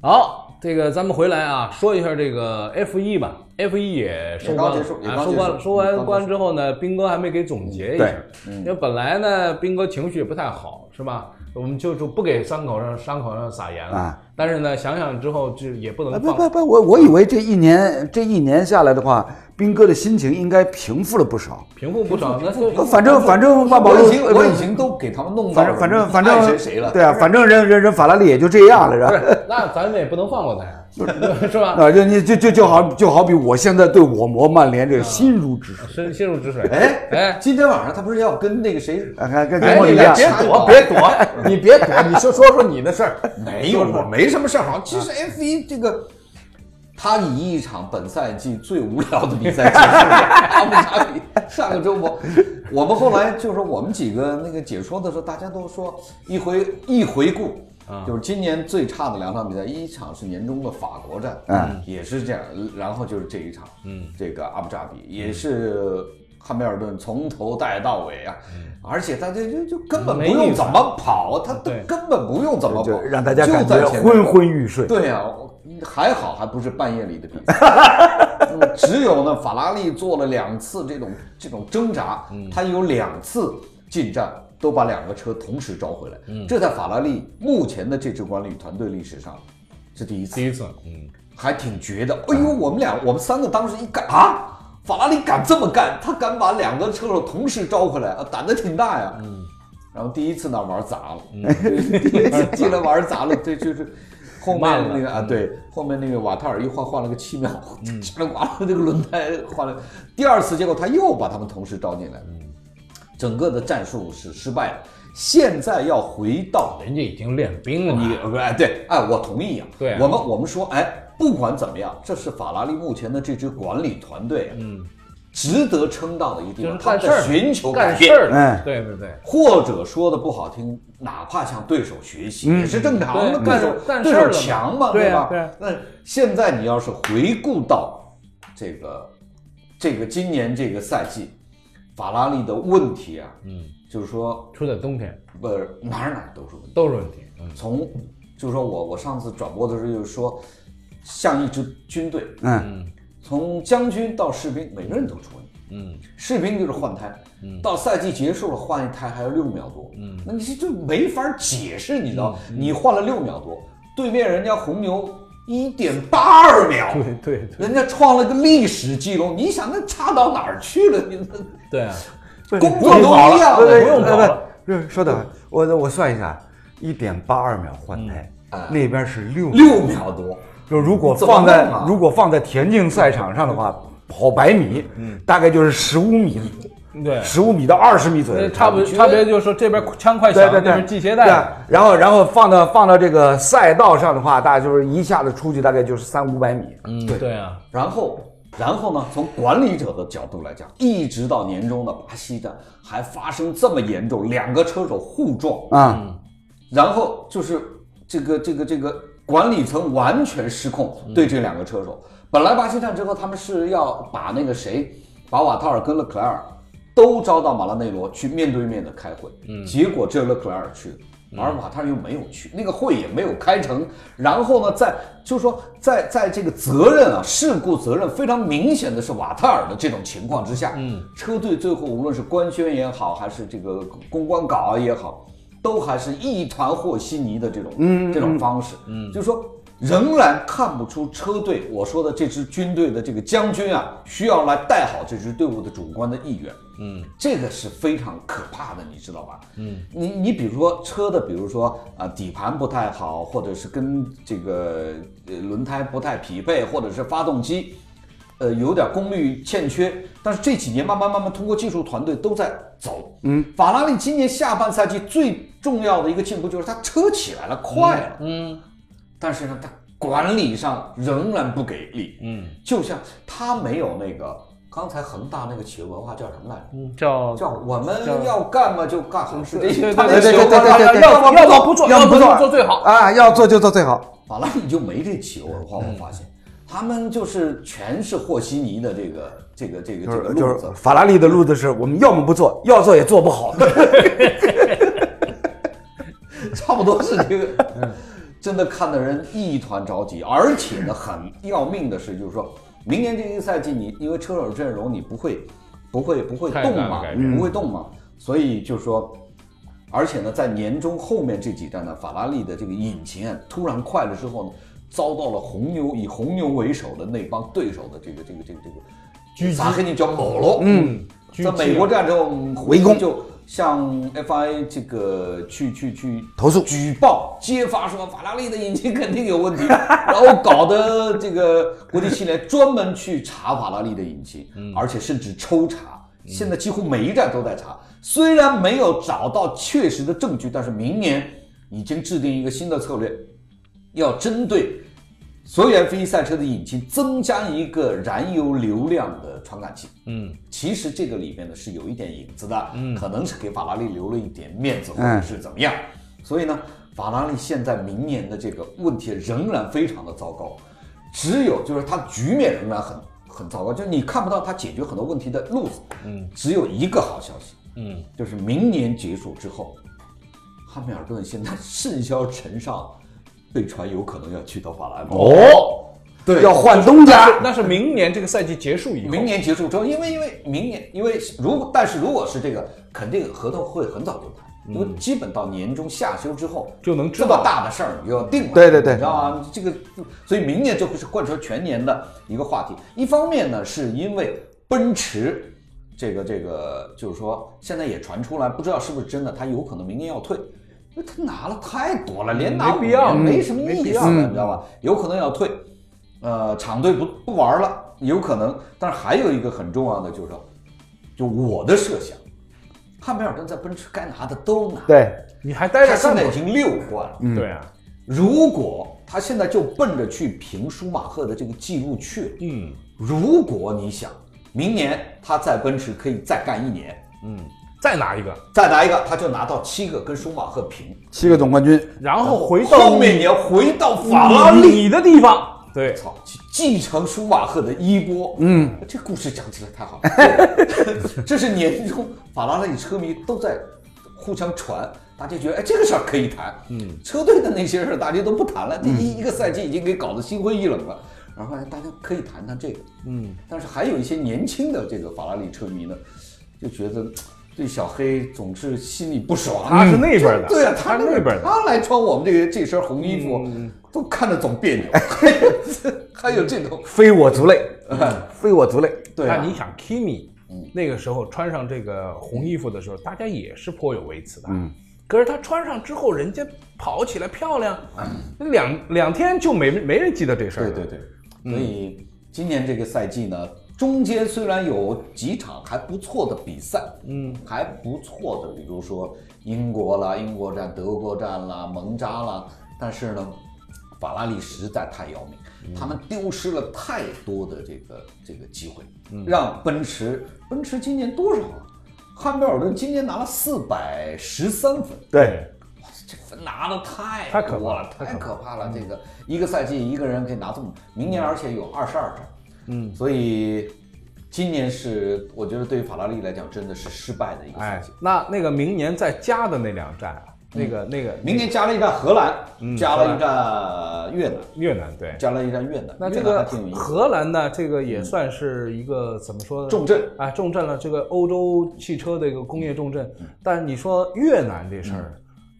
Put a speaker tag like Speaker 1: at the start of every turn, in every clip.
Speaker 1: 好，这个咱们回来啊，说一下这个 F 一吧，F 一也收官了，
Speaker 2: 也刚结束也
Speaker 1: 啊
Speaker 2: 刚
Speaker 1: 收官了，
Speaker 2: 结束
Speaker 1: 收完
Speaker 2: 嗯刚
Speaker 1: 官之后呢，斌哥还没给总结一下
Speaker 3: 对，
Speaker 1: 因为本来呢，斌哥情绪也不太好，是吧？我们就就不给伤口上伤口上撒盐了，
Speaker 3: 啊
Speaker 1: 但是呢，想想之后就也不能
Speaker 3: 啊
Speaker 1: 放
Speaker 2: 哎
Speaker 3: 不不不，我我以为这一年这一年下来的话，斌哥的心情应该平复了不少。
Speaker 1: 平复不少，那就
Speaker 3: 反正反正万宝
Speaker 2: 哎我
Speaker 3: 路呃
Speaker 2: 已，经我已经都给他们弄到
Speaker 3: 反正反正反正
Speaker 2: 爱谁谁了。
Speaker 3: 对啊，反正人人人法拉利也就这样了，是
Speaker 1: 不
Speaker 3: 吧？
Speaker 1: 是，那咱们也不能放过他呀， 是吧？
Speaker 2: 哎
Speaker 3: 啊，就你就就就好就好比我现在对我国曼联这个心如止水，
Speaker 1: 深深入止水，
Speaker 2: 哎
Speaker 1: 哎，
Speaker 2: 今天晚上他不是要跟那个谁？
Speaker 3: 啊，看跟
Speaker 1: 哎
Speaker 3: 跟我
Speaker 1: 你
Speaker 3: 一样，
Speaker 1: 别躲，别躲，你别躲，你就说说你的事儿。
Speaker 2: 没啊有，我没什么事儿。好像其实
Speaker 3: 啊
Speaker 2: F 一这个，他以一场本赛季最无聊的比赛结束了。阿布扎比上个周末，我们后来就是我们几个那个解说的时候，大家都说一回一回顾。
Speaker 3: 啊
Speaker 2: 就是今年最差的两场比赛，一场是年终的法国站，嗯，也是这样，然后就是这一场，嗯，这个阿布扎比也是汉密尔顿从头带到尾啊，
Speaker 3: 嗯
Speaker 2: 而且大家就就根本不
Speaker 1: 没意
Speaker 2: 用
Speaker 1: 思
Speaker 2: 怎么跑，他都
Speaker 1: 对
Speaker 2: 根本不用怎么跑
Speaker 3: 就，让大家
Speaker 2: 就
Speaker 3: 感
Speaker 2: 在
Speaker 3: 觉
Speaker 2: 前面
Speaker 3: 昏昏欲睡。
Speaker 2: 对呀、我还好还不是半夜里的比赛，嗯只有呢法拉利做了两次这种这种挣扎，他有两次进站都把两个车同时召回来，这在法拉利目前的这支管理团队历史上是第一次
Speaker 1: 第，一次，嗯，
Speaker 2: 还挺绝的。哎呦，我们俩我们三个当时一看啊，法拉利敢这么干，他敢把两个车手同时召回来啊，胆子挺大呀。嗯，然后第一次呢玩砸了， 第一次进来玩砸了，对，就是。后面那个啊，对，后面那个瓦特尔又换换了个七秒，叽里呱啦这个轮胎换了。第二次，结果他又把他们同时招进来，整个的战术是失败的。现在要回到
Speaker 1: 人家已经练兵
Speaker 2: 你
Speaker 1: 了，
Speaker 2: 不哎对哎，我同意啊。
Speaker 1: 啊对啊
Speaker 2: 我们我们说哎，不管怎么样，这是法拉利目前的这支管理团队、啊，嗯，值得称道的一个地
Speaker 1: 就是
Speaker 2: 方，他
Speaker 1: 干
Speaker 2: 们
Speaker 1: 事儿
Speaker 2: 在，寻求改
Speaker 1: 干
Speaker 2: 变
Speaker 1: 事，儿，
Speaker 3: 哎
Speaker 1: 对对对，
Speaker 2: 或者说的不好听，哪怕向对手学习、也是正常的，
Speaker 1: 嗯对
Speaker 2: 对
Speaker 1: 干
Speaker 2: 手
Speaker 1: 干
Speaker 2: 对
Speaker 1: 事儿了
Speaker 2: 手
Speaker 1: 嘛
Speaker 2: 强嘛，
Speaker 1: 对啊
Speaker 2: 吧？
Speaker 1: 对啊
Speaker 2: 那现在你要是回顾到这个这个今年这个赛季，法拉利的问题啊，嗯，就是说
Speaker 1: 出在冬天
Speaker 2: 不是哪儿哪儿都是问题。
Speaker 1: 都是问题，嗯，
Speaker 2: 从就是说我我上次转播的时候就说，像一支军队，
Speaker 3: 嗯，
Speaker 2: 从将军到士兵，每个人都出问题。
Speaker 1: 嗯，
Speaker 2: 士兵就是换胎，到赛季结束了换一胎还要六秒多，嗯，那你这就没法解释，你知道，你换了六秒多，对面人家红牛一点八二秒，
Speaker 1: 对对
Speaker 2: 人家创了个历史记录，你想那差到哪儿去了？你那
Speaker 1: 对啊，
Speaker 2: 工作都一样啊
Speaker 3: 不
Speaker 2: 的，
Speaker 3: 是
Speaker 1: 不用跑了。
Speaker 3: 不是说的好，我我算一下，一点八二秒换胎，
Speaker 2: 嗯
Speaker 3: 那边是六
Speaker 2: 六秒多，
Speaker 3: 就如果
Speaker 2: 怎么
Speaker 3: 放在
Speaker 2: 弄啊
Speaker 3: 如果放在田径赛场上的话，跑百米，大概就是十五米，
Speaker 1: 对，啊
Speaker 3: 十五米到二十米左右
Speaker 1: 那
Speaker 3: 的
Speaker 1: 差
Speaker 3: 差
Speaker 1: 不差别就是说这边枪快响
Speaker 3: 对，对
Speaker 1: 那
Speaker 3: 对，
Speaker 1: 边系鞋
Speaker 3: 对
Speaker 1: 带
Speaker 3: 啊。然后然后放到放到这个赛道上的话，大概就是一下子出去大概就是三五百米。
Speaker 1: 嗯，对啊，
Speaker 2: 然后，然后呢？从管理者的角度来讲，一直到年终的巴西站，还发生这么严重，两个车手互撞，
Speaker 3: 啊，
Speaker 2: 然后就是这个这个这个管理层完全失控，对这两个车手。本来巴西站之后，他们是要把那个谁，把瓦特尔跟勒克莱尔都招到马拉内罗去面对面的开会，结果只有勒克莱尔去了。而瓦特尔又没有去，那个会也没有开成。然后呢，在就是说，在在这个责任啊，事故责任非常明显的是瓦特尔的这种情况之下，嗯，车队最后无论是官宣也好，还是这个公关稿啊也好，都还是一团和稀泥的这种、这种方式，嗯，就是说仍然看不出车队我说的这支军队的这个将军啊，需要来带好这支队伍的主观的意愿，嗯，这个是非常可怕的，你知道吧？嗯，你你比如说车的，比如说啊、底盘不太好，或者是跟这个呃轮胎不太匹配，或者是发动机。呃，有点功率欠缺，但是这几年慢慢慢慢通过技术团队都在走。嗯，法拉利今年下半赛季最重要的一个进步就是它车起来了，快了。嗯，但是呢，它管理上仍然不给力。嗯，就像它没有那个刚才恒大那个企业文化叫什么来着？
Speaker 1: 嗯，叫
Speaker 2: 叫我们要干嘛就干好，是这意思。
Speaker 1: 对
Speaker 2: 他那
Speaker 1: 对
Speaker 2: 个
Speaker 1: 对
Speaker 2: 企业文化
Speaker 1: 对对对对
Speaker 2: 要么
Speaker 1: 要
Speaker 2: 做
Speaker 1: 么不做
Speaker 3: 要不
Speaker 1: 要
Speaker 3: 做
Speaker 1: 不做最好
Speaker 3: 啊，要做就做最好。
Speaker 2: 法拉利就没这企业文化，我发现。他们就是全是和稀泥的这个这个这个
Speaker 3: 就
Speaker 2: 这个
Speaker 3: 是
Speaker 2: 路子，
Speaker 3: 就是法拉利的路子是我们要么不做，要做也做不好。
Speaker 2: 差不多是这个。真的看的人一团着急。而且呢，很要命的是，就是说明年这一个赛季你，因为车手阵容你不会不会不会
Speaker 1: 太
Speaker 2: 动
Speaker 1: 大的
Speaker 2: 嘛
Speaker 1: 改，
Speaker 2: 不会动嘛，所以就说。而且呢，在年中后面这几站呢，法拉利的这个引擎啊，突然快了之后呢，遭到了红牛以红牛为首的那帮对手的这个这个这个这个
Speaker 1: 狙击
Speaker 2: 咱给你叫某了。
Speaker 1: 嗯，狙
Speaker 2: 在
Speaker 1: 击
Speaker 2: 美国站之后嗯
Speaker 3: 围攻
Speaker 2: 就向 FIA 这个去去去
Speaker 3: 投诉
Speaker 2: 举报揭发说法拉利的引擎肯定有 问题，然后搞得这个国际汽联专门去查法拉利的引擎，而且甚至抽查。现在几乎每一站都在查，虽然没有找到确实的证据，但是明年已经制定一个新的策略，要针对所有 F1 赛车的引擎增加一个燃油流量的传感器。
Speaker 1: 嗯，
Speaker 2: 其实这个里面呢是有一点影子的，可能是给法拉利留了一点面子，或
Speaker 1: 哎
Speaker 3: 嗯
Speaker 2: 者是怎么样。所以呢，法拉利现在明年的这个问题仍然非常的糟糕，只有就是它局面仍然很很糟糕，就是你看不到它解决很多问题的路子。嗯，只有一个好消息，
Speaker 1: 嗯，
Speaker 2: 就是明年结束之后，汉密尔顿现在甚嚣尘上，被传有可能要去到法兰克。
Speaker 3: 哦，
Speaker 2: 对
Speaker 3: 要换东家。
Speaker 1: 那是明年这个赛季结束以后，
Speaker 2: 明年结束之后，因为因为明年，因为如果但是如果是这个，肯定合同会很早就谈，因为基本到年终下休之后
Speaker 1: 就能知
Speaker 2: 这
Speaker 1: 道
Speaker 2: 么大的事儿你就要定了。
Speaker 3: 对对对
Speaker 2: 你知道吗？这个，所以明年这会是贯穿全年的一个话题。一方面呢，是因为奔驰。这个这个就是说，现在也传出来，不知道是不是真的，他有可能明年要退，因为他拿了太多了，连拿
Speaker 1: 没
Speaker 2: 五
Speaker 1: 必要嗯
Speaker 2: 年没什么
Speaker 1: 没
Speaker 2: 意
Speaker 1: 必
Speaker 2: 思
Speaker 1: 要
Speaker 2: 了，你知道吧？有可能要退，呃，厂队不不玩了，有可能。但是还有一个很重要的就是说，就我的设想，汉密尔顿在奔驰该拿的都拿，
Speaker 3: 对，
Speaker 1: 你还待
Speaker 2: 他
Speaker 1: 着
Speaker 2: 现
Speaker 1: 干
Speaker 2: 在已
Speaker 1: 嘛？
Speaker 2: 经六冠了。
Speaker 1: 对啊，
Speaker 2: 如果他现在就奔着去平舒马赫的这个记录去了，
Speaker 1: 嗯，
Speaker 2: 如果你想明年他在奔驰可以再干一年，
Speaker 1: 再拿一个，
Speaker 2: 再拿一个，他就拿到七个，跟舒马赫平。
Speaker 3: 七个总冠军，
Speaker 1: 然后回到嗯
Speaker 2: 后面你要回到法拉利，
Speaker 1: 你的地方，对，
Speaker 2: 操，去继承舒马赫的衣钵。嗯，这故事讲起来太好了。 这是年终法拉利车迷都在互相传，大家觉得哎这个事儿可以谈。嗯，车队的那些事儿大家都不谈了，这一一个赛季已经给搞得心灰意冷了。然后哎大家可以谈谈这个。嗯，但是还有一些年轻的这个法拉利车迷呢，就觉得。对小黑总是心里不爽，
Speaker 1: 他是那边的
Speaker 2: 对啊，他
Speaker 1: 他是那边的嗯
Speaker 2: 他来穿我们这个这身红衣服，都看着 总别扭。还有还有这种，
Speaker 3: 非我族类，非我族类。
Speaker 2: 对
Speaker 1: 但
Speaker 2: 啊嗯
Speaker 1: 你，想，Kimi 那个时候穿上这个红衣服的时候，大家也是颇有微词的。嗯，可是他穿上之后，人家跑起来漂亮，两两天就没没人记得这事儿
Speaker 2: 嗯
Speaker 1: 嗯
Speaker 2: 对
Speaker 1: 了。
Speaker 2: 对对，所以今年这个赛季呢，中间虽然有几场还不错的比赛，嗯，还不错的，比如说英国啦、英国站、德国站啦、蒙扎啦，但是呢，法拉利实在太要命，
Speaker 1: 嗯
Speaker 2: 他们丢失了太多的这个这个机会，
Speaker 1: 嗯
Speaker 2: 让奔驰，奔驰今年多少啊？汉密尔顿今年拿了四百十三分，
Speaker 3: 对，
Speaker 2: 这分拿的太
Speaker 1: 太可
Speaker 2: 多
Speaker 1: 怕
Speaker 2: 了
Speaker 1: 了，嗯
Speaker 2: 太可怕了！这个一个赛季一个人可以拿这么，明年而且有二十二战，嗯，所以今年是我觉得对于法拉利来讲真的是失败的一个赛
Speaker 1: 哎
Speaker 2: 季。，
Speaker 1: 那那个明年在加的那两站啊，那个那个
Speaker 2: 嗯明年加了一站荷
Speaker 1: 嗯
Speaker 2: 兰，加了一站越南，
Speaker 1: 越南对，
Speaker 2: 加了一站越南，
Speaker 1: 那这
Speaker 2: 越
Speaker 1: 个
Speaker 2: 南还挺有意思。
Speaker 1: 荷兰呢，这个也算是一个怎么说呢？
Speaker 2: 重镇
Speaker 1: 啊，重镇了。这个欧洲汽车的一个工业重镇，
Speaker 2: 嗯
Speaker 1: 但你说越南这事儿，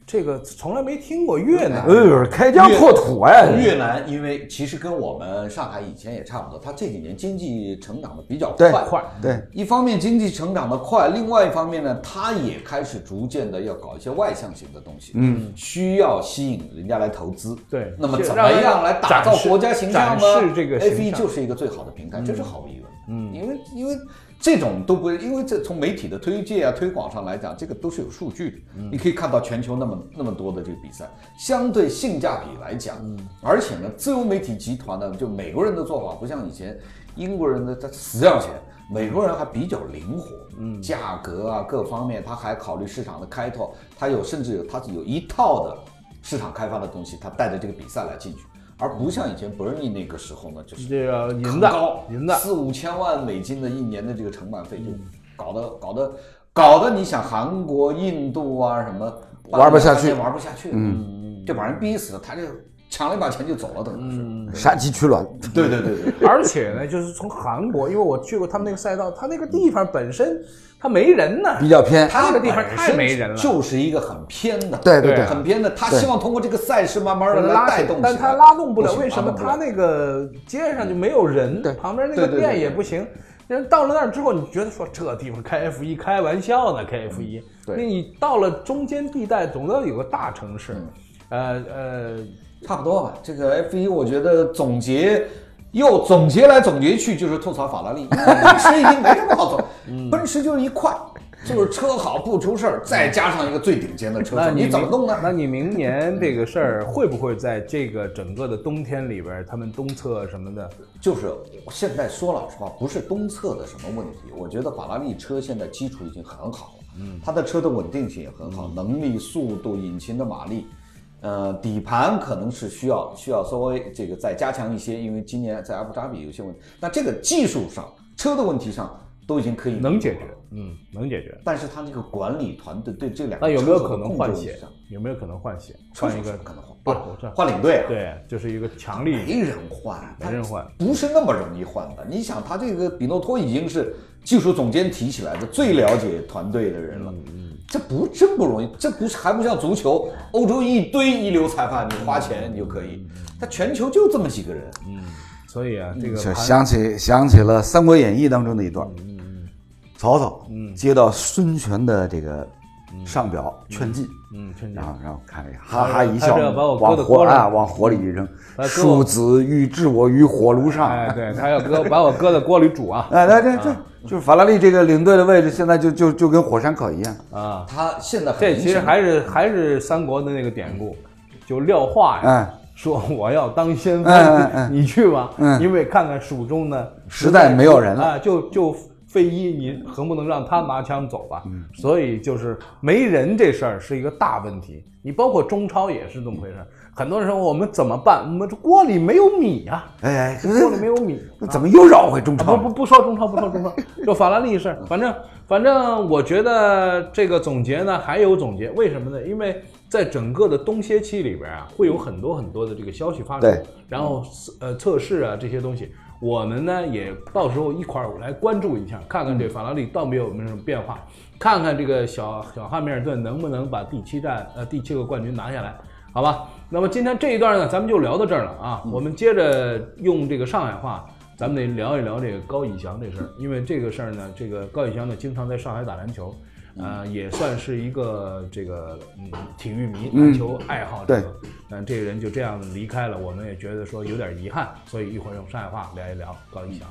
Speaker 1: 这个从来没听过越南。
Speaker 3: 哎
Speaker 2: 嗯
Speaker 3: 呦，开疆拓土哎，
Speaker 2: 越南因为其实跟我们上海以前也差不多，它这几年经济成长的比较
Speaker 3: 对
Speaker 2: 快，
Speaker 1: 快
Speaker 3: 对，
Speaker 2: 一方面经济成长的快，另外一方面呢，它也开始逐渐的要搞一些外向型的东西，嗯，需要吸引人家来投资，
Speaker 1: 对
Speaker 2: 那么
Speaker 1: 是
Speaker 2: 怎么
Speaker 1: 让人
Speaker 2: 样来打造
Speaker 1: 展示
Speaker 2: 国家形象呢？
Speaker 1: 展示这个
Speaker 2: F E
Speaker 1: 形
Speaker 2: 1
Speaker 1: 象
Speaker 2: 就是一个最好的平台，这是毫无疑问，嗯，因为因为这种都不是，因为这从媒体的推介啊推广上来讲，这个都是有数据的，你可以看到全球那么那么多的这个比赛，相对性价比来讲，而且呢，自由媒体集团呢，就美国人的做法不像以前英国人的他死要钱。美国人还比较灵活，嗯，价格啊各方面，他还考虑市场的开拓，他有甚至有他有一套的市场开发的东西，他带着这个比赛来进去，而不像以前 Bernie 那个时候呢，就是
Speaker 1: 这个银
Speaker 2: 很
Speaker 1: 子
Speaker 2: 高，，
Speaker 1: 银嗯子，
Speaker 2: 四五千万美金的一年的这个承办费，就搞得搞得搞得，你想韩国、印度啊什么
Speaker 3: 玩不下去
Speaker 2: 嗯玩不下去，嗯，就把人逼死了。他这抢了一把钱就走了，等于
Speaker 1: 嗯
Speaker 2: 是。
Speaker 3: 杀鸡取卵，
Speaker 2: 对对对对，
Speaker 1: 而且呢，就是从韩国，因为我去过他们那个赛道，他那个地方本身他没人呢，
Speaker 3: 比较偏。
Speaker 1: 他那个地方
Speaker 2: 本
Speaker 1: 太
Speaker 2: 身
Speaker 1: 没人了，
Speaker 2: 就是一个很偏的，
Speaker 3: 对对
Speaker 1: 对
Speaker 3: 对，
Speaker 2: 很偏的。他希望通过这个赛事慢慢的来
Speaker 1: 拉
Speaker 2: 带动起来，
Speaker 1: 但他拉动不了，
Speaker 2: 行
Speaker 1: 为什么？
Speaker 2: 拉动不
Speaker 1: 他
Speaker 2: 了
Speaker 1: 那个街上就没有人，
Speaker 3: 对
Speaker 1: 旁边那
Speaker 2: 对
Speaker 1: 个
Speaker 2: 对对
Speaker 1: 店
Speaker 2: 对
Speaker 1: 也不行。人到了那儿之后，你觉得说这地方开 F 一开玩笑呢？开 F 一，
Speaker 2: 嗯对
Speaker 1: 那你到了中间地带，总要有个大城市，
Speaker 2: 嗯
Speaker 1: 呃呃，
Speaker 2: 差不多吧。这个 F 一，我觉得总结又总结来总结去，就是吐槽 法拉利。奔驰已经没什么好走，
Speaker 1: 嗯
Speaker 2: 奔驰就是一快，就是车好不出事儿，再加上一个最顶尖的车
Speaker 1: 那
Speaker 2: 手，
Speaker 1: 你
Speaker 2: 你怎么
Speaker 1: 明
Speaker 2: 弄呢？嗯
Speaker 1: 那你明年这个事儿会不会在这个整个的冬天里边儿，他们东侧什么的，
Speaker 2: 就是我现在说老实话，不是东侧的什么问题，我觉得法拉利车现在基础已经很好了，嗯，它的车的稳定性也很
Speaker 1: 嗯
Speaker 2: 好，能力、速度、引擎的马力，呃，底盘可能是需要需要稍微这个再加强一些，因为今年在阿布扎比有些问题，那这个技术上车的问题上都已经可以
Speaker 1: 能解决，嗯，能解决。
Speaker 2: 但是他这个管理团队对这两个
Speaker 1: 那有没有
Speaker 2: 车手的
Speaker 1: 可能
Speaker 2: 控制
Speaker 1: 换
Speaker 2: 问题
Speaker 1: 血
Speaker 2: 上？
Speaker 1: 有没有可能换血？
Speaker 2: 车手
Speaker 1: 换一个
Speaker 2: 怎么可能换
Speaker 1: 不是我知道
Speaker 2: 换领队啊，
Speaker 1: 对，就是一个强力
Speaker 2: 没人换，
Speaker 1: 没人换，
Speaker 2: 不是那么容易换的。你想，他这个比诺托已经是技术总监提起来的最了解团队的人
Speaker 1: 嗯
Speaker 2: 了，这不真不容易，这不是还不像足球，欧洲一堆一流裁判，你花钱你就可
Speaker 1: 嗯
Speaker 2: 以，他全球就这么几个人，
Speaker 1: 所以啊，这个
Speaker 3: 就
Speaker 1: 盘
Speaker 3: 想起想起了《三国演义》当中的一段，曹操接到孙权的这个上表劝进，
Speaker 1: 嗯，春节
Speaker 3: 然后然后看一下，哈哈一笑
Speaker 1: 他这把我，
Speaker 3: 往
Speaker 1: 搁在
Speaker 3: 火
Speaker 1: 锅上
Speaker 3: 啊往火里一扔，
Speaker 1: 把给我
Speaker 3: 叔子欲置我于火炉上。
Speaker 1: 哎，对他要搁把我搁在锅里煮啊
Speaker 3: 哎，对对对，就是法拉利这个领队的位置，现在就就就跟火山口一样。
Speaker 1: 啊！
Speaker 2: 他现在很
Speaker 1: 这
Speaker 2: 明
Speaker 1: 其实
Speaker 2: 显嗯
Speaker 1: 还是还是三国的那个典故，就廖化呀，
Speaker 3: 哎
Speaker 1: 说我要当先锋，
Speaker 3: 哎哎哎
Speaker 1: 你去吧，
Speaker 3: 嗯
Speaker 1: 因为看看蜀中呢
Speaker 3: 实在没有人了
Speaker 1: 啊，就就费祎，你横不能让他拿枪走吧？
Speaker 3: 嗯
Speaker 1: 所以就是没人这事儿是一个大问题，你包括中超也是这么回事儿。很多人说我们怎么办？我们这锅里没有米 呀、
Speaker 3: 哎哎，
Speaker 1: 锅里没有米。
Speaker 3: 那怎么又绕回中
Speaker 1: 啊
Speaker 3: 超
Speaker 1: 不
Speaker 3: 了？
Speaker 1: 不不说中超，不说中超，就法拉利事儿。反正反正，我觉得这个总结呢还有总结，为什么呢？因为在整个的冬歇期里边啊，会有很多很多的这个消息发出
Speaker 3: 对，
Speaker 1: 然后呃测试啊这些东西，我们呢也到时候一块儿来关注一下，看看这法拉利到底有没有什么变化，看看这个小小汉密尔顿能不能把第七站呃第七个冠军拿下来。好吧，那么今天这一段呢，咱们就聊到这儿了啊。我们接着用这个上海话，咱们得聊一聊这个高以翔这事儿，因为这个事儿呢，这个高以翔呢经常在上海打篮球，呃，也算是一个这个嗯体育迷、篮球爱好者。
Speaker 3: 对
Speaker 1: 但这个人就这样离开了，我们也觉得说有点遗憾，所以一会儿用上海话聊一聊高以翔。